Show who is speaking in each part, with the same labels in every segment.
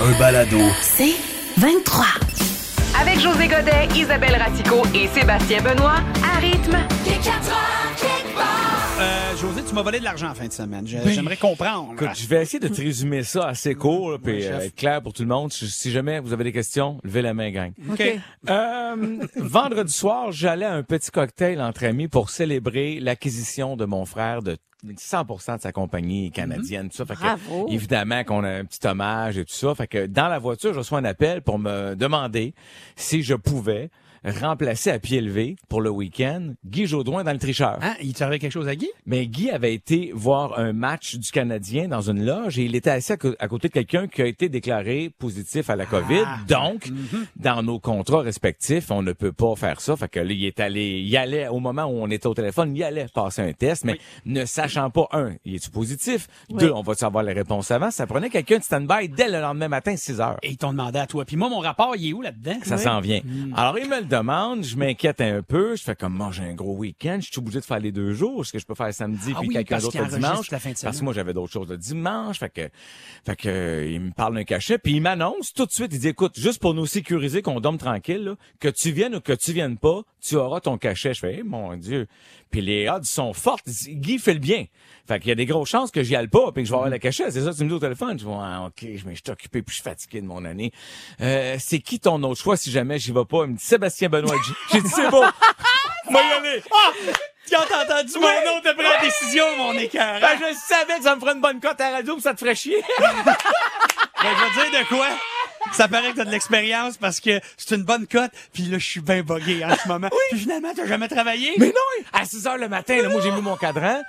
Speaker 1: Un balado.
Speaker 2: C'est 23.
Speaker 3: Avec José Godet, Isabelle Ratico et Sébastien Benoît, à rythme.
Speaker 4: Euh, José, tu m'as volé de l'argent en fin de semaine. Je-
Speaker 5: Ben,
Speaker 4: J'aimerais comprendre.
Speaker 5: Écoute, je vais essayer de te résumer ça assez court, là, puis
Speaker 4: Ah. Ouais, chef.
Speaker 5: euh, être clair pour tout le monde. Si si jamais vous avez des questions, levez la main, gang.
Speaker 4: OK.
Speaker 5: Euh, vendredi soir, j'allais à un petit cocktail entre amis pour célébrer l'acquisition de mon frère de 100% de sa compagnie canadienne, tout ça. Fait que,
Speaker 2: Bravo.
Speaker 5: évidemment qu'on a un petit hommage et tout ça. Fait que dans la voiture, je reçois un appel pour me demander si je pouvais remplacer à pied levé pour le week-end Guy Jodoin dans le tricheur.
Speaker 4: Hein, il t'arrivait quelque chose à Guy?
Speaker 5: Mais Guy avait été voir un match du Canadien dans une loge et il était assis à, co- à côté de quelqu'un qui a été déclaré positif à la COVID. Donc, dans nos contrats respectifs, on ne peut pas faire ça. Fait que là, il est allé, il allait au moment où on était au téléphone, il allait passer un test, mais ne sachant pas un, il est positif. Deux, on va savoir les réponses avant. Ça prenait quelqu'un de stand-by dès le lendemain matin, 6 heures.
Speaker 4: Et ils t'ont demandé à toi. Puis moi, mon rapport, il est où là-dedans?
Speaker 5: Ça s'en vient. Alors, il me le demande, je m'inquiète un peu, je fais comme, moi, j'ai un gros week-end, je suis obligé de faire les deux jours, ce que je peux faire samedi
Speaker 4: Ah
Speaker 5: puis
Speaker 4: oui,
Speaker 5: quelqu'un
Speaker 4: parce
Speaker 5: d'autre
Speaker 4: qu'il
Speaker 5: le dimanche.
Speaker 4: enregistre la fin de semaine.
Speaker 5: parce que moi, j'avais d'autres choses le dimanche, fait que, fait que, euh, il me parle d'un cachet, puis il m'annonce tout de suite, il dit, écoute, juste pour nous sécuriser, qu'on dorme tranquille, là, que tu viennes ou que tu viennes pas, tu auras ton cachet. Je fais, Eh, mon Dieu. Puis les odds sont fortes. Guy fait le bien. Fait qu'il y a des grosses chances que j'y aille pas, puis que je vais
Speaker 4: Mm-hmm.
Speaker 5: avoir le cachet. C'est ça que tu me dis au téléphone. Je dis, Ouais, ok, je- mais je suis occupé, puis je suis fatigué de mon année. Euh, c'est qui ton autre choix si jamais j'y vais pas? Il me dit, Sébastien Benoît. J'ai dit, c'est bon. Moi, y aller.
Speaker 4: Ah! Quand t'as entendu mon nom, t'as pris la décision, mon écœur.
Speaker 5: Ben, je savais que ça me ferait une bonne cote à la radio, puis ça te ferait chier.
Speaker 4: Ah Ben, je vais te dire de quoi? Ça paraît que t'as de l'expérience parce que c'est une bonne cote. Puis là, je suis bien bogué en ce moment. Puis finalement, t'as jamais travaillé?
Speaker 5: Mais non! À 6 heures le matin, là, moi, j'ai mis mon cadran.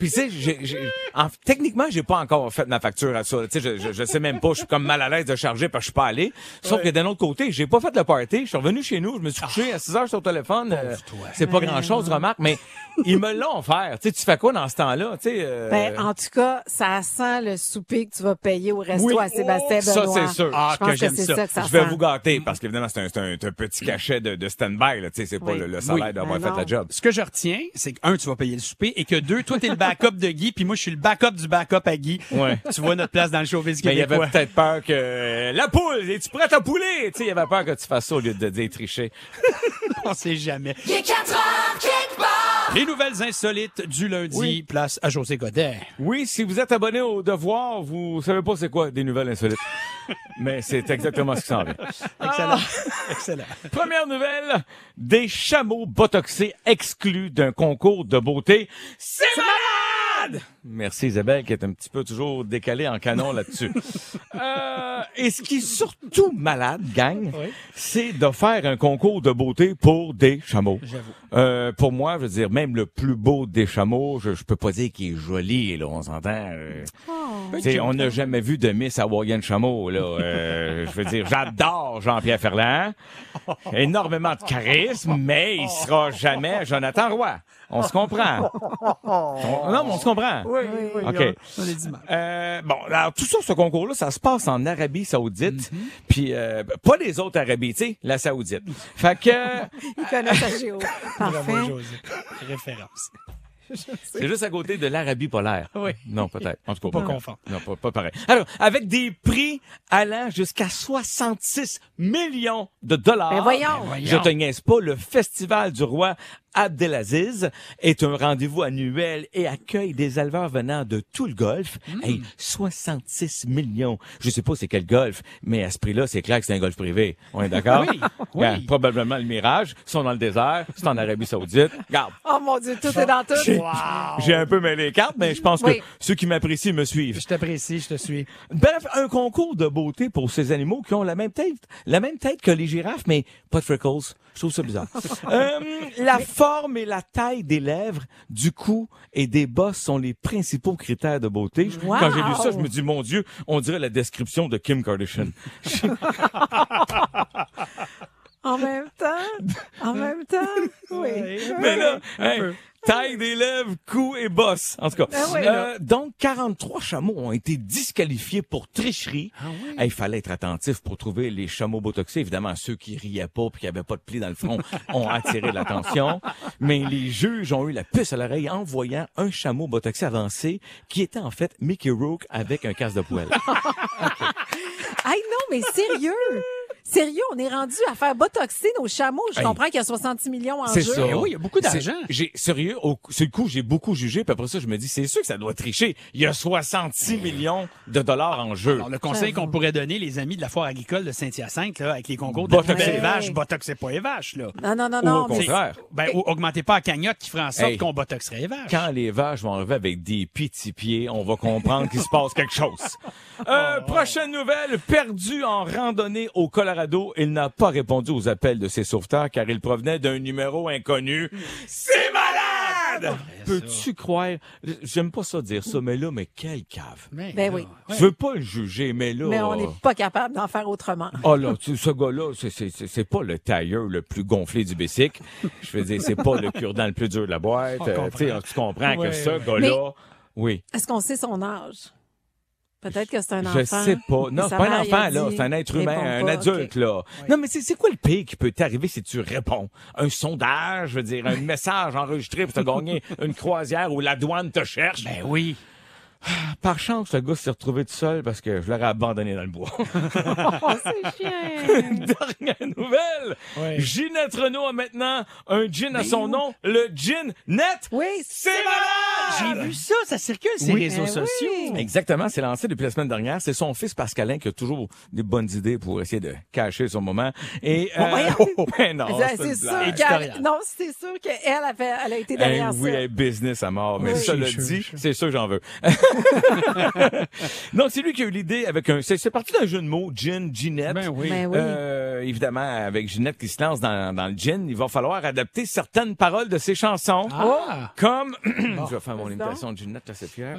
Speaker 5: Puis, tu sais, j'ai, j'ai- en- techniquement, j'ai pas encore fait ma facture à ça. Tu sais, je, je, je sais même pas. Je suis comme mal à l'aise de charger parce que je suis pas allé. Sauf que d'un autre côté, j'ai pas fait le party. Je suis revenu chez nous. Je me suis couché à 6 heures sur le téléphone. Euh, c'est pas grand chose, remarque, mais ils me l'ont offert. Tu sais, tu fais quoi dans ce temps-là? Tu sais, euh,
Speaker 2: Ben, en tout cas, ça sent le souper que tu vas payer au resto
Speaker 5: Oui.
Speaker 2: à Sébastien
Speaker 5: Oh, ça,
Speaker 2: Benoît.
Speaker 5: c'est sûr.
Speaker 4: Ah,
Speaker 2: Je pense
Speaker 4: que j'aime
Speaker 2: c'est
Speaker 4: ça.
Speaker 2: ça que ça
Speaker 5: je vais
Speaker 2: sent.
Speaker 5: vous gâter parce qu'évidemment, c'est un, c'est un- c'est un petit cachet de, de stand-by. là, Tu sais, c'est pas
Speaker 2: Oui.
Speaker 5: le, le salaire
Speaker 2: Oui.
Speaker 5: d'avoir
Speaker 2: Ben
Speaker 5: fait la
Speaker 2: non.
Speaker 5: job.
Speaker 4: Ce que je retiens, c'est que, un, tu vas payer le souper, et que, deux, toi, t'es le backup de Guy, puis moi, je suis le backup du backup à Guy.
Speaker 5: Ouais.
Speaker 4: Tu vois notre place dans le showbiz
Speaker 5: Mais il y
Speaker 4: québécois.
Speaker 5: avait peut-être peur que euh, la poule, es-tu prête à pouler? Tu sais, il y avait peur que tu fasses ça au lieu de dire tricher.
Speaker 4: On sait jamais. Les nouvelles insolites du lundi,
Speaker 5: Oui.
Speaker 4: place à José Godet.
Speaker 5: Oui, si vous êtes abonné au devoir, vous savez pas c'est quoi des nouvelles insolites. Mais c'est exactement ce qui s'en vient. Ah!
Speaker 4: Excellent.
Speaker 2: Ah!
Speaker 4: Excellent.
Speaker 5: Première nouvelle, des chameaux botoxés exclus d'un concours de beauté. C'est malade! Merci Isabelle qui est un petit peu toujours décalée en canon là-dessus. Euh, et ce qui est surtout malade, gang, c'est de faire un concours de beauté pour des chameaux. Euh, pour moi, je veux dire, même le plus beau des chameaux, je, je peux pas dire qu'il est joli, là, on s'entend. euh. Tu sais, on n'a jamais vu de Miss Hawaiian Chameau, là. Euh, je veux dire, j'adore Jean-Pierre Ferland. Énormément de charisme, mais il sera jamais Jonathan Roy. On se comprend. On- non, mais on se comprend. Oui, oui,
Speaker 4: On est dimanche.
Speaker 5: euh, bon, alors tout ça, ce concours-là, ça se passe en Arabie Saoudite, puis euh, pas les autres Arabies, tu sais, la Saoudite. Fait que
Speaker 2: Il connaît sa géo.
Speaker 4: Bravo,
Speaker 2: Parfait.
Speaker 4: José. Référence.
Speaker 5: c'est juste à côté de l'Arabie polaire.
Speaker 4: Oui.
Speaker 5: Non, peut-être. En tout cas,
Speaker 4: Pas
Speaker 5: pas
Speaker 4: confondre.
Speaker 5: Non, pas, pas pareil. Alors, avec des prix allant jusqu'à 66 millions de dollars.
Speaker 2: Ben voyons.
Speaker 4: voyons.
Speaker 5: Je te niaise pas, le Festival du roi Abdelaziz est un rendez-vous annuel et accueille des éleveurs venant de tout le golfe.
Speaker 4: Hmm.
Speaker 5: Hey, 66 millions. Je sais pas c'est quel golfe, mais à ce prix-là, c'est clair que c'est un golfe privé. On est d'accord?
Speaker 4: Oui, oui.
Speaker 5: Regarde, probablement le Mirage. Ils sont dans le désert. C'est en Arabie Saoudite. Regarde.
Speaker 2: Oh mon Dieu, tout est dans tout.
Speaker 5: J'ai un peu mêlé les cartes, mais je pense
Speaker 2: Oui.
Speaker 5: que ceux qui m'apprécient me suivent.
Speaker 4: Je t'apprécie, je te suis.
Speaker 5: Bref, un concours de beauté pour ces animaux qui ont la même tête, la même tête que les girafes, mais pas de freckles, Je trouve ça bizarre. Euh, la forme et la taille des lèvres, du cou et des bosses sont les principaux critères de beauté.
Speaker 2: Wow!
Speaker 5: Quand j'ai lu ça, je me dis, mon Dieu, on dirait la description de Kim Kardashian.
Speaker 2: En même temps, en même temps, oui.
Speaker 5: Mais là, hey, taille des lèvres, cou et bosse. En tout cas.
Speaker 2: Ah ouais,
Speaker 5: Euh, donc, 43 chameaux ont été disqualifiés pour tricherie.
Speaker 2: Ah
Speaker 5: Il fallait être attentif pour trouver les chameaux botoxés. Évidemment, ceux qui riaient pas puis qui avaient pas de plis dans le front ont attiré l'attention. Mais les juges ont eu la puce à l'oreille en voyant un chameau botoxé avancé qui était en fait Mickey Rourke avec un casse de poêle.
Speaker 2: Hey, non, mais sérieux! Sérieux, on est rendu à faire botoxer nos chameaux. Je
Speaker 5: Hey.
Speaker 2: comprends qu'il y a 66 millions en
Speaker 5: C'est
Speaker 2: jeu.
Speaker 5: ça.
Speaker 4: Mais Eh oui, il y a beaucoup
Speaker 5: C'est-
Speaker 4: d'argent.
Speaker 5: J'ai sérieux, au, sur le coup, j'ai beaucoup jugé, puis après ça, je me dis, c'est sûr que ça doit tricher. Il y a 66 millions de dollars en jeu.
Speaker 4: Alors, le conseil qu'on pourrait donner, les amis de la foire agricole de Saint-Hyacinthe, là, avec les concours de
Speaker 5: Botoxer.
Speaker 4: botox et vaches,
Speaker 2: Ouais.
Speaker 4: botoxer pas et vaches, là.
Speaker 2: Non, non, non,
Speaker 5: Ou
Speaker 2: non.
Speaker 5: au
Speaker 2: mais-
Speaker 5: contraire.
Speaker 4: Ben, au- augmentez pas la cagnotte qui ferait en sorte
Speaker 5: Hey.
Speaker 4: qu'on botoxerait les vaches.
Speaker 5: Quand les vaches vont arriver avec des petits pieds, on va comprendre qu'il se passe quelque chose. Euh, prochaine nouvelle, perdu en randonnée au Colorado, il n'a pas répondu aux appels de ses sauveteurs car il provenait d'un numéro inconnu. C'est
Speaker 4: Ah,
Speaker 5: malade!
Speaker 4: ben,
Speaker 5: Peux-tu croire? J'aime pas ça dire ça, mais là, mais quelle cave.
Speaker 4: Mais
Speaker 2: Ben
Speaker 4: là,
Speaker 2: oui.
Speaker 4: ouais.
Speaker 5: Je veux pas le juger, mais là...
Speaker 2: Mais on n'est pas capable d'en faire autrement.
Speaker 5: Oh là, tu, ce gars-là, c'est- c'est c'est- c'est pas le tailleur le plus gonflé du bicycle. Je veux dire, c'est pas le cure-dent le plus dur de la boîte.
Speaker 4: On
Speaker 5: Euh,
Speaker 4: comprend.
Speaker 5: tu sais, tu comprends que
Speaker 4: Ouais,
Speaker 5: ce
Speaker 4: ouais.
Speaker 5: gars-là... Oui,
Speaker 2: Est-ce qu'on sait son âge? Peut-être que c'est un enfant.
Speaker 5: je sais pas.
Speaker 2: Et
Speaker 5: Non, c'est
Speaker 2: sa
Speaker 5: pas
Speaker 2: mère,
Speaker 5: un
Speaker 2: il a
Speaker 5: enfant, là.
Speaker 2: dit,
Speaker 5: C'est un être humain,
Speaker 2: réponds
Speaker 5: un
Speaker 2: pas,
Speaker 5: adulte,
Speaker 2: ok.
Speaker 5: là. Non, mais c'est c'est quoi le pire qui peut t'arriver si tu réponds? Un sondage, je veux dire, un message enregistré pour te gagner une croisière où la douane te cherche?
Speaker 4: Ben oui.
Speaker 5: Par chance, le gars s'est retrouvé tout seul parce que je l'aurais abandonné dans le bois.
Speaker 2: Oh, c'est chien!
Speaker 5: Dernière nouvelle!
Speaker 4: Ouais.
Speaker 5: Ginette Renault a maintenant un gin à son nom, le gin net.
Speaker 2: Oui,
Speaker 5: C'est malade!
Speaker 4: J'ai vu ça, ça circule sur
Speaker 5: Oui.
Speaker 4: les réseaux
Speaker 2: Ben oui.
Speaker 4: sociaux.
Speaker 5: Exactement, c'est lancé depuis la semaine dernière. C'est son fils Pascalin qui a toujours des bonnes idées pour essayer de cacher son moment. Et euh,
Speaker 2: voyons.
Speaker 5: ben non,
Speaker 2: Ben, c'est
Speaker 5: c'est une blague.
Speaker 2: sûr
Speaker 4: Éditorial.
Speaker 2: qu'elle, non, c'est sûr qu'elle, elle, fait- elle a été
Speaker 5: Eh
Speaker 2: derrière
Speaker 5: oui,
Speaker 2: ça.
Speaker 5: eh, business à mort. Mais
Speaker 2: Oui.
Speaker 5: ça le
Speaker 4: Sure, sure,
Speaker 5: dit,
Speaker 4: sure.
Speaker 5: c'est sûr que j'en veux. Donc, c'est lui qui a eu l'idée avec un... C'est c'est parti d'un jeu de mots, gin, ginette.
Speaker 4: Ben oui.
Speaker 2: Ben oui.
Speaker 5: Euh, évidemment, avec Ginette qui se lance dans, dans le gin, il va falloir adapter certaines paroles de ses chansons.
Speaker 4: Ah!
Speaker 5: Comme... Je vais faire mon
Speaker 2: Oh. Vas-y donc.
Speaker 5: imitation de Ginette, là, c'est fier.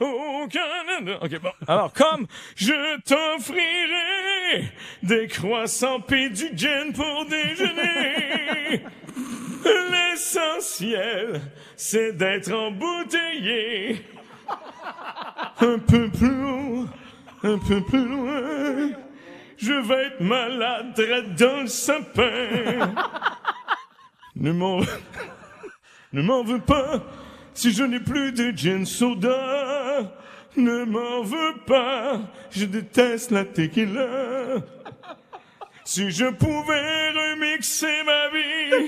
Speaker 5: Au Canada. OK, bon. Alors, comme je t'offrirai des croissants pis du gin pour déjeuner. L'essentiel, c'est d'être embouteillé. Un peu plus loin, un peu plus loin. Je vais être malade drette dans le sapin. ne m'en, ne m'en veux pas si je n'ai plus de gin soda. Ne m'en veux pas, je déteste la tequila. Si je pouvais remixer ma vie,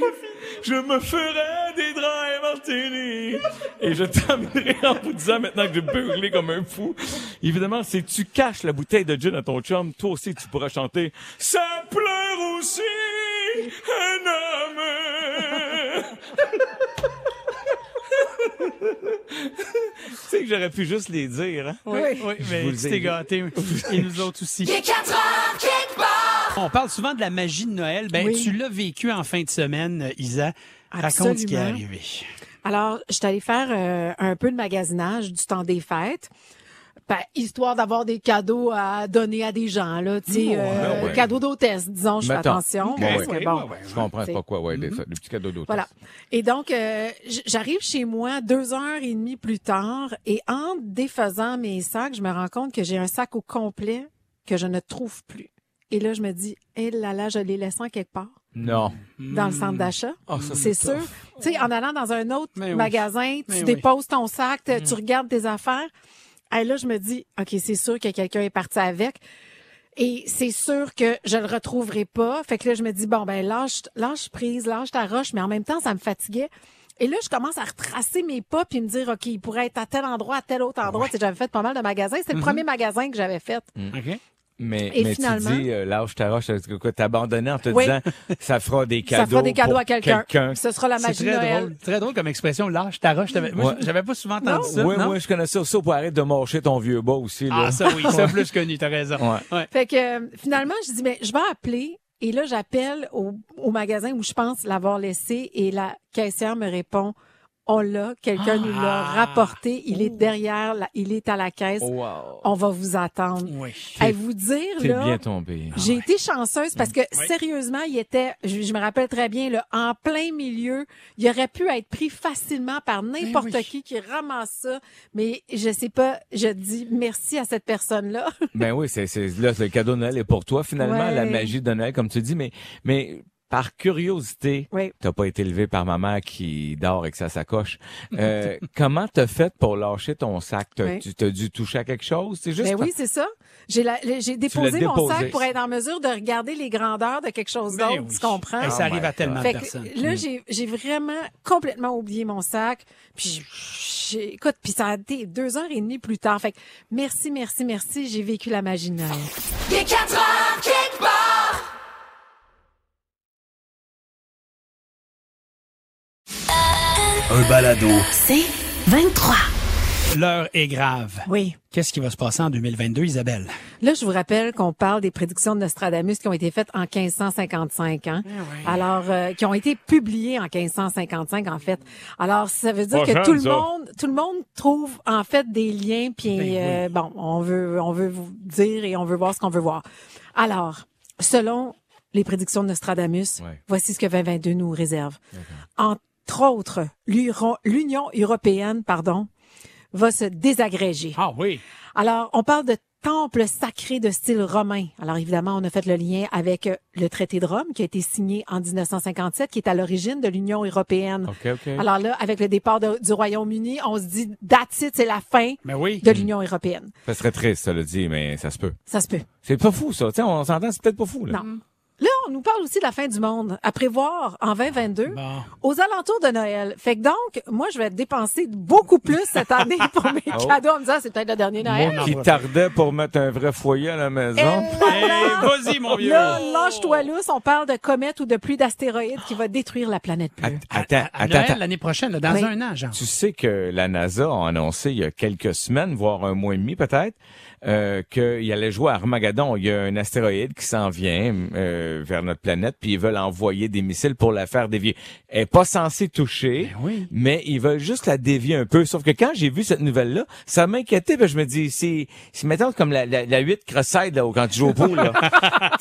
Speaker 5: je me ferais des draps martini. Et je terminerai en vous disant maintenant que j'ai burlé comme un fou. Évidemment, si tu caches la bouteille de gin à ton chum, toi aussi tu pourras chanter « Ça pleure aussi un homme ». Tu sais que j'aurais pu juste les dire, hein?
Speaker 4: Oui, oui, mais
Speaker 5: vous
Speaker 4: tu
Speaker 5: le
Speaker 4: t'es
Speaker 5: dis.
Speaker 4: gâté. Et nous autres aussi. On parle souvent de la magie de Noël. Ben,
Speaker 2: Oui.
Speaker 4: tu l'as vécu en fin de semaine, euh, Isa. Raconte ce qui est
Speaker 2: Absolument.
Speaker 4: arrivé.
Speaker 2: Alors, je suis allée faire euh, un peu de magasinage du temps des fêtes. Ben, histoire d'avoir des cadeaux à donner à des gens, là, tu sais, euh,
Speaker 5: ben ouais.
Speaker 2: cadeaux d'hôtesse, disons, je fais
Speaker 5: Mettons.
Speaker 2: attention.
Speaker 5: Ouais,
Speaker 2: parce
Speaker 5: ouais. Ben
Speaker 2: que bon,
Speaker 5: Je comprends
Speaker 2: c'est- Mhm.
Speaker 5: pas quoi, ouais, les, les petits cadeaux d'autres.
Speaker 2: Voilà. Et donc, euh, j- j'arrive chez moi deux heures et demie plus tard et en défaisant mes sacs, je me rends compte que j'ai un sac au complet que je ne trouve plus. Et là, je me dis, hé là là, je l'ai laissé en quelque part
Speaker 5: Non.
Speaker 2: dans le centre d'achat.
Speaker 5: Ah, ça,
Speaker 2: C'est sûr. Tu sais, en allant dans un autre
Speaker 4: Mais oui.
Speaker 2: magasin, tu
Speaker 4: Mais oui. Mm.
Speaker 2: déposes ton sac, t- tu regardes tes affaires. Et là, je me dis, OK, c'est sûr que quelqu'un est parti avec. Et c'est sûr que je le retrouverai pas. Fait que là, je me dis, bon, ben, lâche, lâche prise, lâche ta roche. Mais en même temps, ça me fatiguait. Et là, je commence à retracer mes pas puis me dire, OK, il pourrait être à tel endroit, à tel autre endroit. Tu sais, J'avais fait pas mal de magasins.
Speaker 4: Mm-hmm.
Speaker 2: C'était le premier magasin que j'avais fait.
Speaker 4: OK?
Speaker 5: Mais,
Speaker 2: Et
Speaker 5: mais
Speaker 2: finalement-
Speaker 5: tu dis, euh, lâche ta roche, c'est quoi, t'abandonner en te
Speaker 2: Oui.
Speaker 5: disant, ça fera des cadeaux.
Speaker 2: ça fera des cadeaux
Speaker 5: pour
Speaker 2: à quelqu'un. Ce sera la
Speaker 4: C'est
Speaker 2: magie de
Speaker 4: très
Speaker 2: Noël.
Speaker 4: drôle. Très drôle comme expression. Lâche ta roche. T'avais- Moi,
Speaker 5: Ouais.
Speaker 4: j'avais pas souvent entendu ça.
Speaker 5: Oui,
Speaker 4: non?
Speaker 5: moi, je connais ça. Ça, pour arrêter de marcher ton vieux
Speaker 2: Ah,
Speaker 5: bas aussi, là.
Speaker 4: Ah, ça oui, ça plus connu, t'as raison.
Speaker 5: Ouais.
Speaker 4: Ouais.
Speaker 2: Fait que euh, finalement, je dis, mais je vais appeler Et là, j'appelle au, au magasin où je pense l'avoir laissé et la caissière me répond on l'a, quelqu'un nous l'a
Speaker 4: Ah!
Speaker 2: rapporté, il
Speaker 4: Oh!
Speaker 2: est derrière, la- il est à la caisse.
Speaker 5: Wow.
Speaker 2: On va vous attendre.
Speaker 4: Oui.
Speaker 2: À vous dire
Speaker 5: T'es
Speaker 2: Oh, là,
Speaker 5: bien tombé.
Speaker 2: j'ai été chanceuse parce que
Speaker 4: Oui.
Speaker 2: sérieusement, il était, je, je me rappelle très bien, là, en plein milieu, il aurait pu être pris facilement par n'importe
Speaker 4: Ben oui.
Speaker 2: qui qui ramasse ça, mais je sais pas, je dis merci à cette personne-là.
Speaker 5: Ben oui, c'est, c'est, là, le cadeau de Noël est pour toi, finalement,
Speaker 2: Ouais.
Speaker 5: la magie de Noël, comme tu dis, mais, mais par curiosité,
Speaker 2: Oui.
Speaker 5: t'as pas été élevé par maman qui dort avec sa sacoche. Euh, comment t'as fait pour lâcher ton sac? T'as,
Speaker 2: Ouais.
Speaker 5: Tu t'as dû toucher à quelque chose? C'est juste
Speaker 2: Ben oui, c'est ça. J'ai la- le- j'ai déposé
Speaker 5: l'as
Speaker 2: mon
Speaker 5: déposé.
Speaker 2: sac pour être en mesure de regarder les grandeurs de quelque chose
Speaker 4: Ben
Speaker 2: d'autre,
Speaker 4: oui.
Speaker 2: tu comprends?
Speaker 4: Hey, ça
Speaker 5: Oh
Speaker 4: arrive
Speaker 5: my
Speaker 4: à tellement
Speaker 2: Fait
Speaker 4: de
Speaker 2: que
Speaker 4: personnes.
Speaker 5: Mm.
Speaker 2: là, j'ai- j'ai vraiment complètement oublié mon sac. Puis, j'ai- écoute, puis ça a été deux heures et demie plus tard. Fait que merci, merci, merci. J'ai vécu la magie de Noël.
Speaker 1: Un balado.
Speaker 6: C'est 23.
Speaker 4: L'heure est grave.
Speaker 2: Oui.
Speaker 4: Qu'est-ce qui va se passer en 2022, Isabelle?
Speaker 2: Là, je vous rappelle qu'on parle des prédictions de Nostradamus qui ont été faites en 1555,
Speaker 4: Eh
Speaker 2: hein? Alors, euh, qui ont été publiées en 1555, en fait. Alors, ça veut dire
Speaker 5: Pas
Speaker 2: que
Speaker 5: jeune,
Speaker 2: tout le
Speaker 5: ça.
Speaker 2: monde, tout le monde trouve, en fait, des liens, puis
Speaker 4: Ben oui.
Speaker 2: euh, bon, on veut, on veut vous dire et on veut voir ce qu'on veut voir. Alors, selon les prédictions de Nostradamus,
Speaker 5: Ouais.
Speaker 2: voici ce que 2022 nous réserve. Entre autres, l'Uro- l'Union européenne, pardon, va se désagréger.
Speaker 4: Ah oui.
Speaker 2: Alors, on parle de temple sacré de style romain. Alors, évidemment, on a fait le lien avec euh, le traité de Rome qui a été signé en 1957, qui est à l'origine de l'Union européenne.
Speaker 5: OK, OK.
Speaker 2: Alors là, avec le départ de- du Royaume-Uni, on se dit, that's it, c'est la fin
Speaker 4: Ben oui.
Speaker 2: de l'Union européenne.
Speaker 5: Ça serait triste, ça le dit, mais ça se peut.
Speaker 2: Ça se peut.
Speaker 5: C'est pas fou, ça. Tu sais, on s'entend, c'est peut-être pas fou, là.
Speaker 2: Non. Là, on nous parle aussi de la fin du monde, à prévoir en 2022,
Speaker 4: Bon.
Speaker 2: aux alentours de Noël. Fait que donc, moi, je vais dépenser beaucoup plus cette année pour mes
Speaker 5: Oh.
Speaker 2: cadeaux en me disant, c'est peut-être le dernier Noël.
Speaker 4: Mon
Speaker 5: Qui
Speaker 4: endroit.
Speaker 5: tardait pour mettre un vrai foyer à la maison.
Speaker 2: Et
Speaker 4: Hey, Eh, vas-y, mon vieux.
Speaker 2: Là, lâche-toi lousse, on parle de comète ou de pluie d'astéroïdes qui va détruire la planète bleue.
Speaker 5: Att-
Speaker 4: À-
Speaker 5: Attends,
Speaker 4: à
Speaker 5: attends,
Speaker 4: Noël,
Speaker 5: attends.
Speaker 4: l'année prochaine, là, dans
Speaker 2: Oui.
Speaker 4: un an, genre.
Speaker 5: Tu sais que la NASA a annoncé il y a quelques semaines, voire un mois et demi peut-être, euh, qu'il allait jouer à Armageddon. Il y a un astéroïde qui s'en vient euh, vers notre planète, puis ils veulent envoyer des missiles pour la faire dévier. Elle est pas censée toucher,
Speaker 4: Ben oui.
Speaker 5: mais ils veulent juste la dévier un peu. Sauf que quand j'ai vu cette nouvelle-là, ça m'inquiétait. Ben, je me dis, c'est, c'est mettons comme la, la, la 8 crosside là, quand tu joues au pool. Là.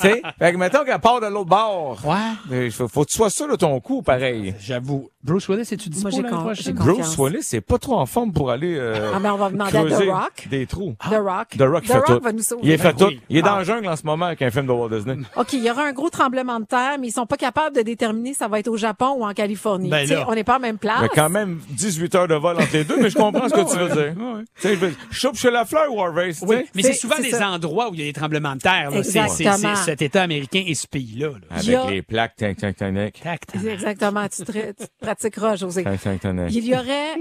Speaker 5: tu sais? Fait que mettons qu'elle part de l'autre bord.
Speaker 4: Ouais.
Speaker 5: Euh, Faut, faut que tu sois sûr de ton coup, pareil.
Speaker 4: J'avoue. Bruce Willis, es-tu dispo
Speaker 2: Moi, j'ai
Speaker 4: l'année
Speaker 2: con- j'ai
Speaker 4: prochaine?
Speaker 2: con-
Speaker 5: Bruce
Speaker 2: Confiance.
Speaker 5: Willis, c'est pas trop en forme pour aller euh,
Speaker 2: Ah, mais on va demander à The
Speaker 5: creuser
Speaker 2: Rock.
Speaker 5: des trous.
Speaker 2: The Rock.
Speaker 5: Ah. The Rock, il fait tout.
Speaker 2: va nous sauver.
Speaker 5: Il est fait
Speaker 4: Ben oui.
Speaker 5: tout. Il est dans
Speaker 2: Ah.
Speaker 5: la jungle en ce moment avec un film de Walt Disney.
Speaker 2: OK, il y aura un gros tremblement de terre, mais ils sont pas capables de déterminer si ça va être au Japon ou en Californie.
Speaker 4: Ben
Speaker 2: Tu sais,
Speaker 4: là.
Speaker 2: on n'est pas en même place.
Speaker 5: Mais quand même 18 heures de vol entre les deux, mais je comprends ce que tu veux dire. Tu sais, je veux dire, Choupe chez la fleur ou Harvey, tu sais.
Speaker 4: Oui, mais c'est
Speaker 2: C'est-
Speaker 4: souvent
Speaker 2: c'est
Speaker 4: des
Speaker 2: ça.
Speaker 4: endroits où il y a des tremblements de terre. là. C'est- C'est
Speaker 2: Exactement.
Speaker 4: c'est cet État américain et ce pays-là. là.
Speaker 2: Il y a-
Speaker 5: Avec les plaques, tinc, tinc, tinc, tinc.
Speaker 4: Tac, tac.
Speaker 2: Exactement, tu, te- tu pratiqueras, José.
Speaker 5: Tinc, tinc, tinc, tinc.
Speaker 2: Il y aurait,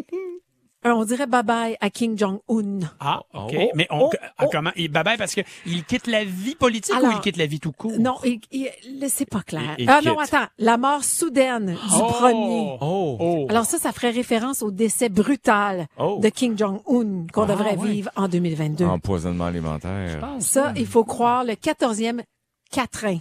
Speaker 2: un- on dirait bye-bye à Kim Jong-un.
Speaker 4: Ah, OK.
Speaker 5: Oh,
Speaker 4: mais on,
Speaker 5: oh,
Speaker 4: ah, comment? il- Bye bye, parce que il quitte la vie politique ou
Speaker 2: Alors-
Speaker 4: il quitte la vie tout court?
Speaker 2: Non, il, il- là, c'est pas clair.
Speaker 5: Il- il
Speaker 2: ah non,
Speaker 5: quitte.
Speaker 2: attends, la mort soudaine du
Speaker 4: Oh!
Speaker 2: premier.
Speaker 5: Oh.
Speaker 4: Oh.
Speaker 2: Alors ça, ça ferait référence au décès brutal
Speaker 5: Oh. Ah,
Speaker 2: de Kim Jong-un qu'on devrait
Speaker 4: ouais.
Speaker 2: vivre en 2022.
Speaker 5: Empoisonnement alimentaire.
Speaker 2: Ça, il faut croire le 14e quatrain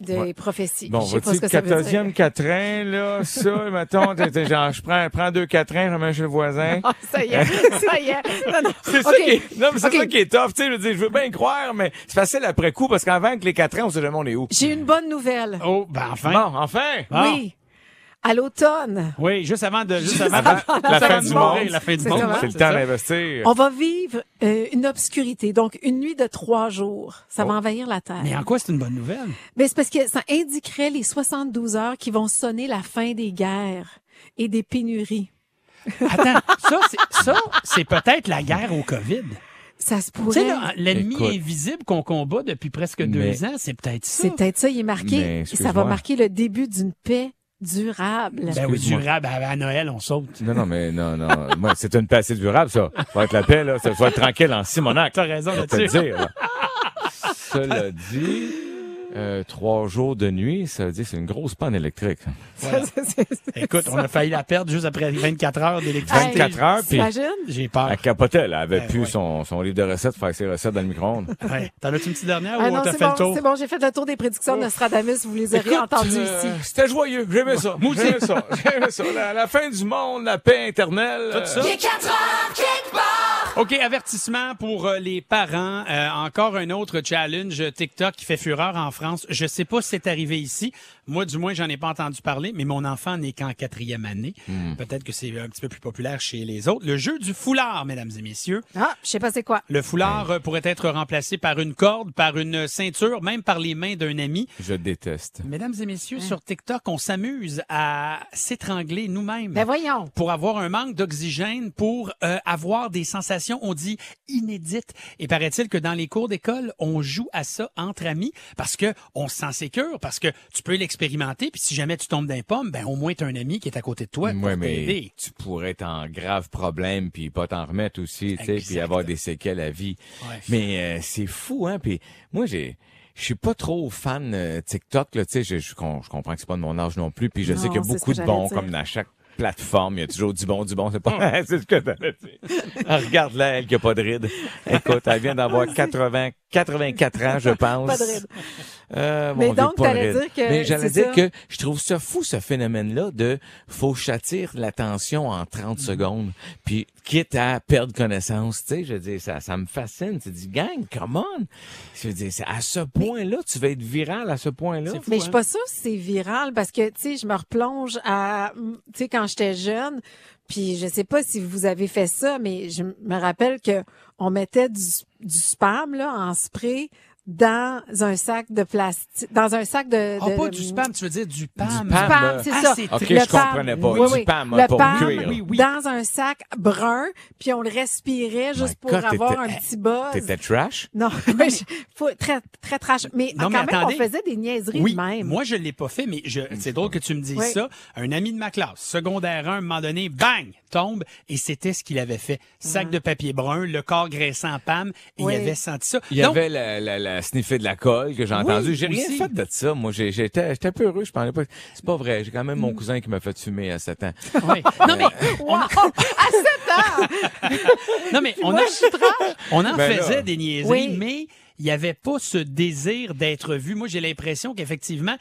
Speaker 2: des
Speaker 5: Ouais.
Speaker 2: prophéties.
Speaker 5: Bon,
Speaker 2: Je sais pas
Speaker 5: vas-tu
Speaker 2: ce que ça veut
Speaker 5: 14e
Speaker 2: dire.
Speaker 5: quatrain, là, ça, mettons, t'es- t'es genre, je prends, prends deux quatrains, je remets chez le voisin.
Speaker 2: Ah, ça y est, ça y est. Non, non.
Speaker 5: C'est ça
Speaker 2: OK.
Speaker 5: qui est, non, mais c'est
Speaker 2: OK.
Speaker 5: ça qui est tough, tu sais, je veux dire, je veux bien y croire, mais c'est facile après coup, parce qu'avant que les 4 ans, on sait jamais on est où.
Speaker 2: J'ai une bonne nouvelle.
Speaker 4: Oh, ben enfin.
Speaker 5: Bon, enfin!
Speaker 4: Ah.
Speaker 2: Oui. À l'automne,
Speaker 4: Oui, juste avant de, juste avant
Speaker 5: Avant
Speaker 4: de-
Speaker 5: la
Speaker 4: juste
Speaker 5: fin
Speaker 4: avant
Speaker 5: du
Speaker 4: de
Speaker 5: monde.
Speaker 4: mourir, La fin du
Speaker 2: C'est
Speaker 4: monde.
Speaker 2: ça,
Speaker 5: C'est le
Speaker 4: c'est
Speaker 5: temps
Speaker 4: ça.
Speaker 5: d'investir.
Speaker 2: on va vivre euh, une obscurité, donc une nuit de trois jours. Ça
Speaker 5: Oh.
Speaker 2: va envahir la Terre.
Speaker 4: Mais en quoi c'est une bonne nouvelle?
Speaker 2: Mais c'est parce que ça indiquerait les 72 heures qui vont sonner la fin des guerres et des pénuries.
Speaker 4: Attends, ça, c'est, ça, c'est peut-être la guerre au COVID.
Speaker 2: Ça se
Speaker 4: Tu sais,
Speaker 2: pourrait.
Speaker 4: là, l'ennemi
Speaker 5: Écoute.
Speaker 4: invisible qu'on combat depuis presque deux
Speaker 5: Mais-
Speaker 4: ans, c'est peut-être ça.
Speaker 2: C'est peut-être ça, il est marqué.
Speaker 5: Mais
Speaker 2: et ça
Speaker 5: Ben, excuse-moi.
Speaker 2: va marquer le début d'une paix durable.
Speaker 4: Ben oui,
Speaker 5: Excuse-moi.
Speaker 4: durable. À à Noël, on saute.
Speaker 5: Non, non, mais non, non. Moi, c'est une paix assez durable, ça. Faut être la paix, là. Ça faut être tranquille en Simonac.
Speaker 4: T'as raison
Speaker 5: Je vais te le
Speaker 4: là-dessus.
Speaker 5: dire, là. Cela dit, Euh, trois jours de nuit, ça veut dire que c'est une grosse panne électrique.
Speaker 4: Voilà. Écoute, on a failli la perdre juste après 24 heures d'électricité.
Speaker 5: 24 heures, puis
Speaker 2: T'imagines?
Speaker 4: J'ai peur.
Speaker 5: elle capotait. là. Elle avait
Speaker 4: Eh,
Speaker 5: plus
Speaker 4: ouais.
Speaker 5: son, son livre de recettes, faire ses recettes dans le micro-ondes.
Speaker 4: Ouais. T'en as-tu une petite dernière
Speaker 2: Ah
Speaker 4: ou
Speaker 2: non,
Speaker 4: on t'a
Speaker 2: c'est
Speaker 4: fait le
Speaker 2: bon,
Speaker 4: tour?
Speaker 2: c'est bon, j'ai fait le tour des prédictions de Nostradamus, vous les aurez entendues
Speaker 5: euh,
Speaker 2: ici.
Speaker 5: C'était joyeux, j'aimais ça. J'aimais ça, j'aimais ça. La, la fin du monde, la paix éternelle. Tout
Speaker 4: ça. OK, avertissement pour euh, les parents. Euh, encore un autre challenge TikTok qui fait fureur en France. Je sais pas si c'est arrivé ici. Moi, du moins, j'en ai pas entendu parler, mais mon enfant n'est qu'en quatrième année. Peut-être que c'est un petit peu plus populaire chez les autres. Le jeu du foulard, mesdames et messieurs.
Speaker 2: Ah, je sais pas c'est quoi.
Speaker 4: Le foulard euh, pourrait être remplacé par une corde, par une ceinture, même par les mains d'un ami.
Speaker 5: Je déteste.
Speaker 4: Mesdames et messieurs,
Speaker 2: Hein?
Speaker 4: sur TikTok, on s'amuse à s'étrangler nous-mêmes
Speaker 2: Ben voyons.
Speaker 4: pour avoir un manque d'oxygène, pour euh, avoir des sensations, on dit, inédites. Et paraît-il que dans les cours d'école, on joue à ça entre amis parce que on se sent sécure, parce que tu peux l'expérimenter, puis si jamais tu tombes d'un pomme, ben au moins t'as un ami qui est à côté de toi pour
Speaker 5: Mm, Ouais, mais
Speaker 4: t'aider.
Speaker 5: tu pourrais être en grave problème puis pas t'en remettre aussi, tu sais, puis
Speaker 4: Exact.
Speaker 5: avoir des séquelles à vie.
Speaker 4: Ouais.
Speaker 5: Mais euh, c'est fou, hein. Puis moi, j'ai, je suis pas trop fan euh, TikTok, là. Tu sais, je, je, com- je comprends que c'est pas de mon âge non plus. Puis je
Speaker 2: Non,
Speaker 5: sais qu'il y a
Speaker 2: c'est ce
Speaker 5: beaucoup
Speaker 2: que
Speaker 5: de
Speaker 2: j'allais
Speaker 5: bons,
Speaker 2: dire.
Speaker 5: comme dans chaque plateforme, il y a toujours du bon, du bon. C'est pas, c'est ce que t'allais dire. Ah, regarde là, elle qui a pas de rides. Écoute, elle vient d'avoir 80, 84 ans, je pense.
Speaker 2: Pas de rides.
Speaker 5: Euh,
Speaker 2: Mais
Speaker 5: mon Dieu,
Speaker 2: donc,
Speaker 5: pas de
Speaker 2: t'allais
Speaker 5: rides.
Speaker 2: dire que
Speaker 5: Mais j'allais
Speaker 2: c'est
Speaker 5: dire
Speaker 2: ça.
Speaker 5: que que je trouve ça fou, ce phénomène-là de faut que j'attire l'attention en 30 secondes, puis quitte à perdre connaissance, tu sais, je veux dire, ça, ça me fascine. Tu dis, gang, come on! Je veux dire, c'est à ce point-là, tu vas être viral à ce point-là.
Speaker 4: C'est fou. hein?
Speaker 2: Mais je suis pas sûre si c'est viral parce que, tu sais, je me replonge à, tu sais, quand j'étais jeune, puis je sais pas si vous avez fait ça, mais je me rappelle que on mettait du, du spam, là, en spray dans un sac de plastique, dans un sac de...
Speaker 4: Ah,
Speaker 2: de-
Speaker 4: pas du spam, tu veux dire du PAM.
Speaker 5: PAM.
Speaker 2: Pam,
Speaker 5: là.
Speaker 2: c'est
Speaker 4: Ah,
Speaker 2: ça.
Speaker 4: c'est
Speaker 5: OK,
Speaker 4: Le
Speaker 5: je comprenais pas.
Speaker 2: Oui,
Speaker 5: du
Speaker 2: oui.
Speaker 5: pam,
Speaker 2: Le
Speaker 5: pour
Speaker 2: pam
Speaker 5: cuire.
Speaker 4: oui, oui.
Speaker 2: dans un sac brun, puis on le respirait juste pour
Speaker 5: God,
Speaker 2: avoir un
Speaker 5: t'étais-
Speaker 2: petit buzz.
Speaker 5: T'étais trash?
Speaker 2: Non, je- faut, très, très trash. Mais Ah,
Speaker 4: Non,
Speaker 2: quand
Speaker 4: mais
Speaker 2: même,
Speaker 4: attendez.
Speaker 2: on faisait des niaiseries
Speaker 4: Oui,
Speaker 2: de même.
Speaker 4: moi je l'ai pas fait, mais
Speaker 5: Mm.
Speaker 4: je, c'est drôle que tu me dises
Speaker 2: Oui.
Speaker 4: ça. Un ami de ma classe, secondaire 1, à un moment donné, bang, tombe, et c'était ce qu'il avait fait. Sac de papier brun, le corps graissant pam, et
Speaker 2: Mm. Oui.
Speaker 4: il avait senti ça.
Speaker 5: Il y
Speaker 4: Donc,
Speaker 5: avait la, la, la sniffée de la colle que j'ai
Speaker 4: Oui,
Speaker 5: entendue. j'ai rien
Speaker 4: aussi.
Speaker 5: fait de ça. Moi, j'ai- j'étais j'étais un peu heureux. Je parlais pas. C'est pas vrai. J'ai quand même mon cousin qui m'a fait fumer à 7 ans.
Speaker 4: ouais. non mais,
Speaker 2: Wow! à 7 ans!
Speaker 4: non mais, on,
Speaker 2: Moi,
Speaker 4: a-
Speaker 2: je suis trash.
Speaker 4: on en
Speaker 5: Ben là.
Speaker 4: faisait des niaiseries,
Speaker 2: Oui.
Speaker 4: mais il n'y avait pas ce désir d'être vu. Moi j'ai l'impression qu'effectivement,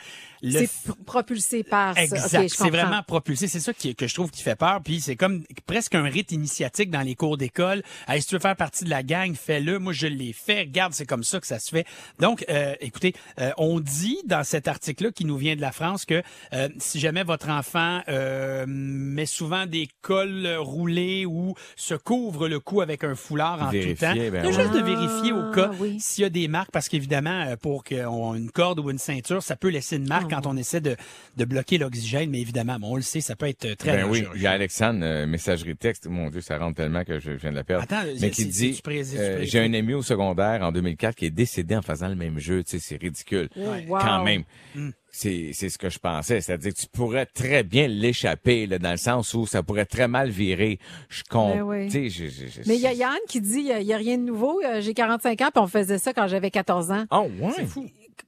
Speaker 4: le
Speaker 2: C'est p- propulsé par ça.
Speaker 4: Exact.
Speaker 2: Ok, je
Speaker 4: c'est
Speaker 2: comprends.
Speaker 4: vraiment propulsé. C'est ça qui, que je trouve qui fait peur. Puis c'est comme presque un rite initiatique dans les cours d'école. Hey, si tu veux faire partie de la gang, fais-le. Moi, je l'ai fait. Regarde, c'est comme ça que ça se fait. Donc, euh, écoutez, euh, on dit dans cet article-là qui nous vient de la France que euh, si jamais votre enfant euh, met souvent des cols roulés ou se couvre le cou avec un foulard en
Speaker 5: Vérifier,
Speaker 4: tout temps,
Speaker 5: ben
Speaker 4: de
Speaker 5: oui.
Speaker 4: juste de vérifier au cas
Speaker 2: Ah, oui.
Speaker 4: s'il y a des marques, parce qu'évidemment, euh, pour qu'on ait une corde ou une ceinture, ça peut laisser une marque
Speaker 2: Ah,
Speaker 4: quand on essaie de, de bloquer l'oxygène, mais évidemment, bon, on le sait, ça peut être euh, très
Speaker 5: Ben oui,
Speaker 4: dangereux.
Speaker 5: il y a Alexandre, euh, messagerie texte. Mon Dieu, ça rentre tellement que je viens de la perdre.
Speaker 4: Attends,
Speaker 5: mais
Speaker 4: c'est-
Speaker 5: qui
Speaker 4: c'est-
Speaker 5: dit,
Speaker 4: tu pré- tu
Speaker 5: euh,
Speaker 4: pré-
Speaker 5: j'ai un ami au secondaire en 2004 qui est décédé en faisant le même jeu. Tu sais, c'est ridicule.
Speaker 2: Oh, wow.
Speaker 5: Quand même.
Speaker 4: Hmm.
Speaker 5: C'est c'est ce que je pensais. C'est-à-dire que tu pourrais très bien l'échapper, là, dans le sens où ça pourrait très mal virer. Je compte.
Speaker 2: Ben oui.
Speaker 5: Tu sais, je- je- je-
Speaker 2: Mais il y a Yann qui dit, il n'y a rien de nouveau, euh, j'ai 45 ans, puis on faisait ça quand j'avais 14 ans.
Speaker 5: Oh, ouais.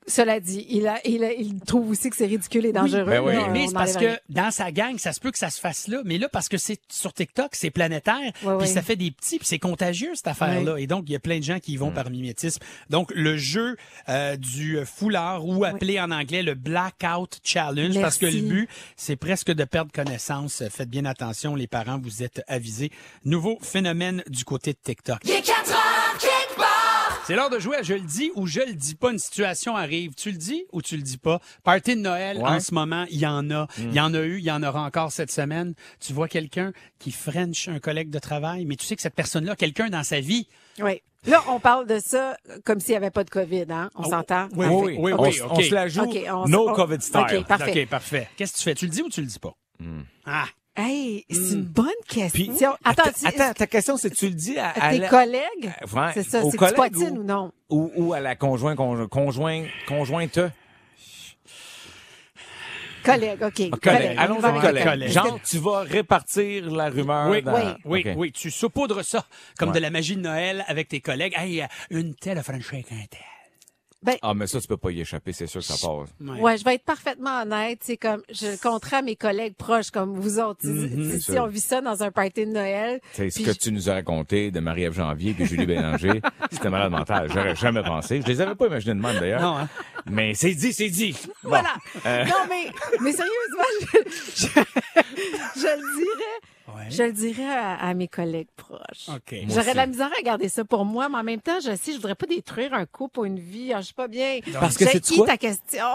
Speaker 2: Cela dit, il, a, il, a- il trouve aussi que c'est ridicule et dangereux.
Speaker 5: Ben oui.
Speaker 2: là,
Speaker 4: Mais-
Speaker 2: on
Speaker 4: mais c'est parce
Speaker 2: enlève
Speaker 4: que dans sa gang, ça se peut que ça se fasse là, mais là, parce que c'est sur TikTok, c'est planétaire,
Speaker 2: Ouais,
Speaker 4: puis
Speaker 2: ouais.
Speaker 4: ça fait des petits, puis c'est contagieux, cette affaire-là. Et donc, il y a plein de gens qui y vont
Speaker 5: Mm.
Speaker 4: par mimétisme. Donc, le jeu euh, du foulard, ou appelé en anglais le Blackout Challenge, parce que le
Speaker 2: Merci.
Speaker 4: but, c'est presque de perdre connaissance. Faites bien attention, les parents, vous êtes avisés. Nouveau phénomène du côté de TikTok. C'est l'heure de jouer à Je le dis ou je le dis pas. Une situation arrive. Tu le dis ou tu le dis pas. Party de Noël,
Speaker 5: Ouais. Mm.
Speaker 4: en ce moment, il y en a. Il y en a eu, il y en aura encore cette semaine. Tu vois quelqu'un qui French un collègue de travail, mais tu sais que cette personne-là, quelqu'un dans sa vie.
Speaker 2: Oui. Là, on parle de ça comme s'il n'y avait pas de COVID, hein?
Speaker 4: Oh,
Speaker 2: On s'entend?
Speaker 4: oui,
Speaker 2: Parfait.
Speaker 5: Ah Oui,
Speaker 4: oui,
Speaker 5: on,
Speaker 4: oui,
Speaker 5: s-
Speaker 4: ok.
Speaker 5: on se la joue.
Speaker 2: OK, on s-
Speaker 5: no
Speaker 2: on-
Speaker 5: COVID style.
Speaker 2: OK, parfait.
Speaker 4: OK, parfait. Qu'est-ce que tu fais? Tu le dis ou tu le dis pas?
Speaker 5: Mm.
Speaker 4: Ah,
Speaker 2: Hey, c'est une bonne
Speaker 5: Puis,
Speaker 2: question. attends, tu-
Speaker 5: attends, ta question, c'est tu le dis à, à
Speaker 2: tes
Speaker 5: la-
Speaker 2: collègues?
Speaker 5: Ouais,
Speaker 2: c'est ça,
Speaker 5: aux
Speaker 2: c'est tu
Speaker 5: collègues
Speaker 2: potines ou...
Speaker 5: ou-
Speaker 2: non?
Speaker 5: ou, ou à la conjoint, conjoint, conjoint, conjointe.
Speaker 2: Collègue, OK.
Speaker 5: Collègue.
Speaker 2: on
Speaker 5: Allons
Speaker 2: y
Speaker 5: y
Speaker 2: va
Speaker 5: en
Speaker 2: avec
Speaker 4: collègue.
Speaker 2: collègues.
Speaker 5: collègue. Genre, tu vas répartir la rumeur.
Speaker 4: Oui,
Speaker 5: dans-
Speaker 4: oui,
Speaker 5: Ok.
Speaker 4: oui. Tu saupoudres ça comme
Speaker 5: Ouais.
Speaker 4: de la magie de Noël avec tes collègues. Hey, euh, une telle a Frenché avec un tel.
Speaker 2: Ben,
Speaker 5: Ah, mais ça, tu peux pas y échapper, c'est sûr que ça passe.
Speaker 2: Ouais. je vais être parfaitement honnête. C'est comme je le contrat à mes collègues proches comme vous autres. Si- si
Speaker 5: sûr.
Speaker 2: on vit ça dans un party de Noël,
Speaker 5: C'est ce
Speaker 2: puis
Speaker 5: que
Speaker 2: je-
Speaker 5: tu nous as raconté de Marie-Ève Janvier et Julie Bélanger. C'était malade mental. J'aurais jamais pensé. Je les avais pas imaginés de même, d'ailleurs.
Speaker 4: Non, hein?
Speaker 5: Mais c'est dit, c'est dit. Bon. Euh.
Speaker 2: Voilà. Non, mais, mais sérieusement, je, je- je le dirais.
Speaker 4: Ouais.
Speaker 2: Je le dirais à, à mes collègues proches.
Speaker 4: OK. Moi
Speaker 2: J'aurais de la misère à garder ça pour moi, mais en même temps, je sais, je voudrais pas détruire un couple ou une vie. Ah, je suis pas bien.
Speaker 5: Parce que
Speaker 2: J'ai
Speaker 5: c'est
Speaker 2: qui
Speaker 5: quoi?
Speaker 2: ta question?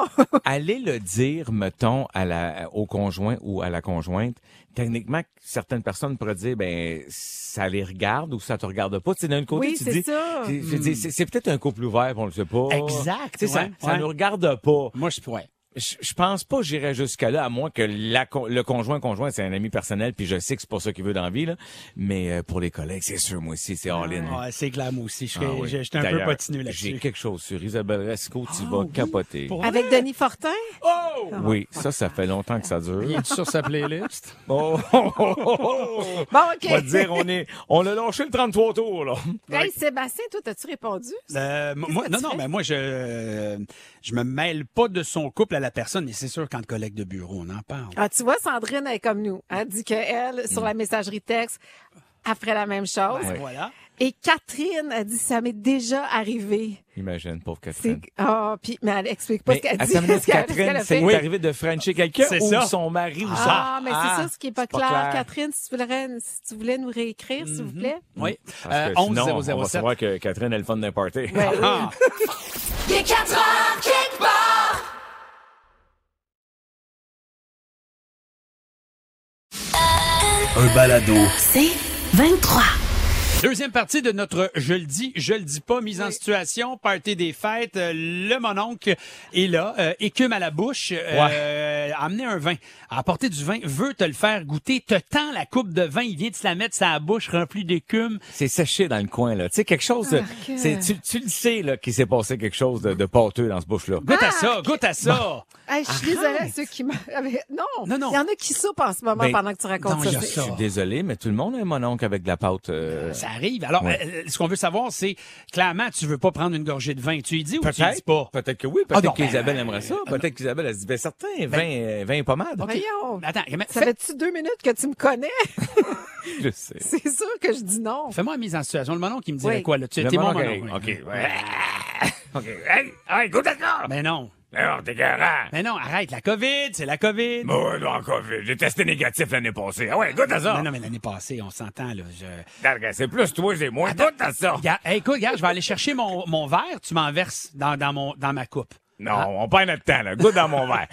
Speaker 5: Allez le dire, mettons, à la, au conjoint ou à la conjointe. Techniquement, certaines personnes pourraient dire, ben, ça les regarde ou ça te regarde pas. Tu sais, d'un côté,
Speaker 2: Oui,
Speaker 5: tu
Speaker 2: c'est
Speaker 5: dis,
Speaker 2: ça.
Speaker 5: tu- tu dis, c'est c'est peut-être un couple ouvert, on le sait pas.
Speaker 4: Hmm. Exact,
Speaker 5: Tu sais, ça,
Speaker 4: ouais,
Speaker 5: ça
Speaker 4: ouais.
Speaker 5: nous regarde pas.
Speaker 4: Moi, je pourrais.
Speaker 5: Je, je pense pas que j'irais jusqu'à là, à moins que la con- le conjoint conjoint c'est un ami personnel, puis je sais que c'est pour ça qu'il veut dans la vie, là. Mais euh, pour les collègues, c'est sûr, moi aussi, c'est all-in.
Speaker 4: Ouais, c'est glam aussi. Ah, Je
Speaker 5: Ah oui.
Speaker 4: serais- J'étais un peu
Speaker 5: D'ailleurs,
Speaker 4: potineux
Speaker 5: J'ai
Speaker 4: là-dessus.
Speaker 5: quelque chose sur Isabelle Rasco, tu
Speaker 4: Ah
Speaker 5: vas
Speaker 4: oui,
Speaker 5: capoter.
Speaker 4: pour-
Speaker 2: Avec Denis Fortin?
Speaker 4: Oh!
Speaker 5: Oui, ça, ça fait longtemps que ça
Speaker 7: Il
Speaker 5: dure.
Speaker 7: est sur sa playlist.
Speaker 5: Oh, oh, oh, oh.
Speaker 2: Bon, OK.
Speaker 5: On va te dire, on est, on a lâché le 33 tours, là.
Speaker 2: Hey, Sébastien, toi, t'as-tu répondu?
Speaker 4: Euh, moi,
Speaker 2: que
Speaker 4: non,
Speaker 2: tu
Speaker 4: non,
Speaker 2: fais?
Speaker 4: mais moi, je euh, je me mêle pas de son couple à la personne, et c'est sûr qu'en collègue de bureau, on en parle.
Speaker 2: Ah, tu vois, Sandrine, elle est comme nous. Elle dit qu'elle, sur la messagerie texte, elle ferait la même chose.
Speaker 5: Ouais.
Speaker 4: Voilà.
Speaker 2: Et Catherine, elle dit, ça m'est déjà arrivé.
Speaker 5: Imagine, pauvre
Speaker 2: C'est,
Speaker 5: Catherine.
Speaker 2: ah, puis, mais elle explique pas ce qu'elle
Speaker 5: attends
Speaker 2: dit.
Speaker 5: une minute,
Speaker 2: ce qu'elle- ce qu'elle
Speaker 5: Catherine,
Speaker 2: a
Speaker 5: c'est
Speaker 2: fait.
Speaker 5: arrivé de Frencher quelqu'un
Speaker 4: C'est
Speaker 5: ou
Speaker 4: ça.
Speaker 5: son mari ou ça.
Speaker 2: Ah, mais c'est ça ce qui est pas,
Speaker 5: c'est pas
Speaker 2: clair.
Speaker 5: clair. Mhm.
Speaker 2: Catherine, si tu voulais, si tu voulais nous réécrire, s'il vous plaît.
Speaker 4: Oui.
Speaker 5: Mm. Parce
Speaker 4: Euh,
Speaker 5: que sinon, on va
Speaker 4: 11007.
Speaker 5: savoir que Catherine, elle fun d'un party.
Speaker 4: Ah,
Speaker 1: Il est 4 heures quelque part. Un balado.
Speaker 6: C'est 23.
Speaker 4: Deuxième partie de notre Je le dis, je le dis pas, mise en situation, party des fêtes. Euh, le mononcle est là, euh, écume à la bouche, euh, amener un vin, apporter du vin, veut te le faire goûter, te tend la coupe de vin, il vient de se la mettre sa bouche remplie d'écume.
Speaker 5: C'est séché dans le coin, là. Tu sais, quelque chose, de-
Speaker 2: Marc.
Speaker 5: c'est, tu, tu le sais, là, qu'il s'est passé quelque chose de, de pâteux dans ce bouche-là.
Speaker 2: Ben,
Speaker 4: Goûte
Speaker 2: Ah,
Speaker 4: à ça, goûte à ça.
Speaker 2: Hey, je suis désolée à ceux qui m'avaient... Non,
Speaker 4: Non, non.
Speaker 2: il y en a qui soupent en ce moment
Speaker 5: Ben,
Speaker 2: pendant que tu racontes
Speaker 4: non, il y
Speaker 2: ça.
Speaker 4: a
Speaker 2: C'est-
Speaker 4: ça.
Speaker 5: Je suis désolé, mais tout le monde a un mononcle avec de la pâte. euh,
Speaker 4: Ça arrive. Alors,
Speaker 5: Ouais.
Speaker 4: euh, euh, ce qu'on veut savoir, c'est clairement, tu veux pas prendre une gorgée de vin. Tu y dis ou tu y dis pas?
Speaker 5: Peut-être que oui.
Speaker 4: Ah
Speaker 5: Peut-être
Speaker 4: non, ben,
Speaker 5: qu'Isabelle
Speaker 4: ben,
Speaker 5: aimerait ça.
Speaker 4: ben,
Speaker 5: Peut-être qu'Isabelle, elle se dit, ben, certain, vin, euh, vin et pommade.
Speaker 2: Voyons.
Speaker 5: Ben,
Speaker 4: Mais Attends, mais
Speaker 2: Ça
Speaker 4: fais-
Speaker 2: fait-tu deux minutes que tu me connais?
Speaker 5: Je sais.
Speaker 2: c'est sûr que je dis non.
Speaker 4: fais-moi une mise en situation. Le monon qui me dirait
Speaker 2: Oui.
Speaker 4: quoi, là? Tu
Speaker 5: Le
Speaker 4: t'es mon
Speaker 5: mononcle,
Speaker 4: monon.
Speaker 5: OK. ouais. OK. Hey, hey, goûte à ça!
Speaker 4: Mais non.
Speaker 5: Alors, t'es carré.
Speaker 4: Mais non, arrête. La COVID, c'est la COVID.
Speaker 5: Moi, encore, j'ai testé négatif l'année passée. Ah ouais, goûte à ça!
Speaker 4: Non, non, mais l'année passée, on s'entend, là. Je...
Speaker 5: Regarde, C'est plus toi, j'ai moins. Goûte à ça!
Speaker 4: Regarde, hey, écoute, regarde, je vais aller chercher mon, mon verre, tu m'en verses dans, dans, mon, dans ma coupe.
Speaker 5: Non, on perd notre temps, là. Goûte dans mon verre.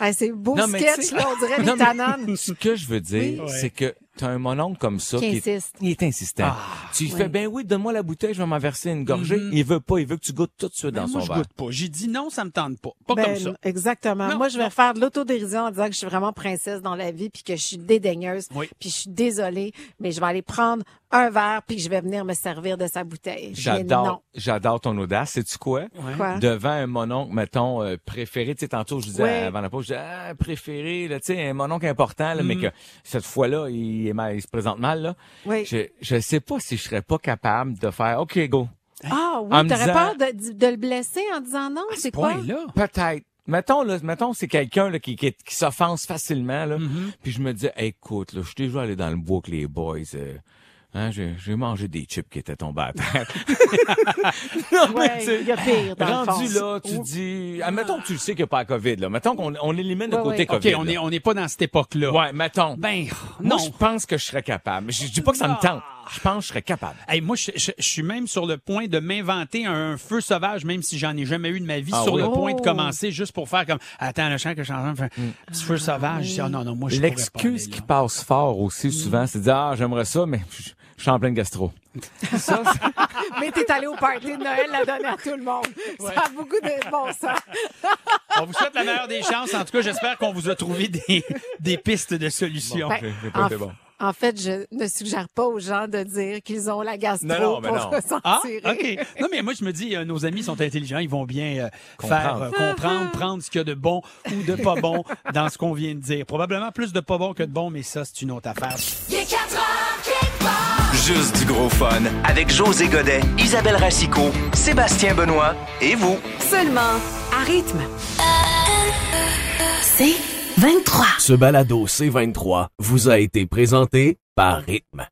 Speaker 2: Hey, c'est beau
Speaker 5: Non, mais tu
Speaker 2: sketch,
Speaker 5: sais-
Speaker 2: là, on dirait
Speaker 5: Non,
Speaker 2: les
Speaker 5: mais
Speaker 2: tananes.
Speaker 5: Ce que je veux dire,
Speaker 4: Oui.
Speaker 5: c'est que t'as un mononcle comme ça
Speaker 2: Qui
Speaker 5: est-
Speaker 2: insiste. Ah,
Speaker 5: il est insistant. tu lui fais, ben oui, donne-moi la bouteille, je vais m'en verser une gorgée.
Speaker 2: Mm-hmm.
Speaker 5: Il veut pas, il veut que tu goûtes tout de suite dans
Speaker 4: Ben, moi,
Speaker 5: son
Speaker 4: je
Speaker 5: verre.
Speaker 4: goûte pas. J'ai dit non, ça me tente pas. Pas
Speaker 2: Ben,
Speaker 4: comme ça.
Speaker 2: Exactement.
Speaker 4: Non.
Speaker 2: Moi, je vais faire de l'autodérision en disant que je suis vraiment princesse dans la vie, puis que je suis dédaigneuse,
Speaker 4: Oui.
Speaker 2: puis je suis désolée, mais je vais aller prendre un verre, puis je vais venir me servir de sa bouteille. Mais non.
Speaker 5: J'adore, j'adore ton audace. Sais-tu quoi?
Speaker 2: Quoi?
Speaker 5: Devant un mononcle, mettons, euh, préféré. Tu sais, tantôt, je disais
Speaker 2: Oui.
Speaker 5: avant la pause, je disais, ah, préféré, là, tu sais, un mononcle important, là, mais que cette fois-là, il, est mal- il se présente mal, là.
Speaker 2: Oui.
Speaker 5: Je, je sais pas si je serais pas capable de faire, OK, go.
Speaker 2: Ah
Speaker 5: En me
Speaker 2: oui, t'aurais
Speaker 5: disant-
Speaker 2: peur de, de- de le blesser en disant non, c'est quoi?
Speaker 4: Point là.
Speaker 5: Peut-être. Mettons, là, mettons, c'est quelqu'un là, qui, qui, qui s'offense facilement, là.
Speaker 2: Mm-hmm.
Speaker 5: Puis je me dis, Hey, écoute, là, je suis déjà allé dans le bois avec les boys. euh, hein, j'ai, j'ai mangé des chips qui étaient tombés à terre. non,
Speaker 2: Ouais,
Speaker 5: tu sais,
Speaker 2: il y a pire, dans le
Speaker 5: rendu
Speaker 2: fond.
Speaker 5: là, tu dis, admettons que tu le sais qu'il n'y a pas la COVID, là. Mettons qu'on on élimine le
Speaker 2: Ouais,
Speaker 5: côté
Speaker 2: ouais.
Speaker 5: COVID.
Speaker 4: OK, on
Speaker 5: là.
Speaker 4: n'est on est pas dans cette époque-là.
Speaker 5: Ouais, mettons.
Speaker 4: Ben,
Speaker 5: Moi,
Speaker 4: non.
Speaker 5: je pense que je serais capable. Je, je dis pas que ça me tente.
Speaker 2: Ah.
Speaker 5: Je pense que je serais capable.
Speaker 4: Hey, moi, je, je- je suis même sur le point de m'inventer un feu sauvage, même si j'en ai jamais eu de ma vie,
Speaker 5: Ah
Speaker 4: sur
Speaker 5: oui? Mm.
Speaker 4: le point de
Speaker 2: Oh.
Speaker 4: commencer juste pour faire comme Attends, le chant que je suis en train de faire, petit feu sauvage. Je dis, Ah non, non, moi, je pourrais pas
Speaker 5: L'excuse
Speaker 4: aller
Speaker 5: qui
Speaker 4: là.
Speaker 5: passe fort
Speaker 2: Mm.
Speaker 5: aussi souvent, c'est de dire, ah, j'aimerais ça, mais je je suis en plein de gastro. ça, c'est-
Speaker 2: Ah, Mais t'es allé au party de Noël la donner à tout le monde. Ça a beaucoup de bon sens.
Speaker 4: On vous souhaite la meilleure des chances. En tout cas, j'espère qu'on vous a trouvé des, des pistes de solutions.
Speaker 2: Ben,
Speaker 5: j'ai- j'ai pas
Speaker 2: en,
Speaker 5: été bon.
Speaker 2: en fait, je ne suggère pas aux gens de dire qu'ils ont la gastro
Speaker 5: Non, non, mais
Speaker 2: pour
Speaker 5: non.
Speaker 2: se sentir.
Speaker 4: Ah, OK. Non, mais moi, je me dis, euh, nos amis sont intelligents, ils vont bien euh, faire euh, comprendre, prendre ce qu'il y a de bon ou de pas bon dans ce qu'on vient de dire. Probablement plus de pas bon que de bon, mais ça, c'est une autre affaire.
Speaker 1: Il est 4 heures quelque part.
Speaker 8: juste du gros fun avec José Godet, Isabelle Racicot, Sébastien Benoît et vous.
Speaker 9: Seulement à rythme.
Speaker 10: C'est 23.
Speaker 11: Ce balado C23 vous a été présenté par Rythme.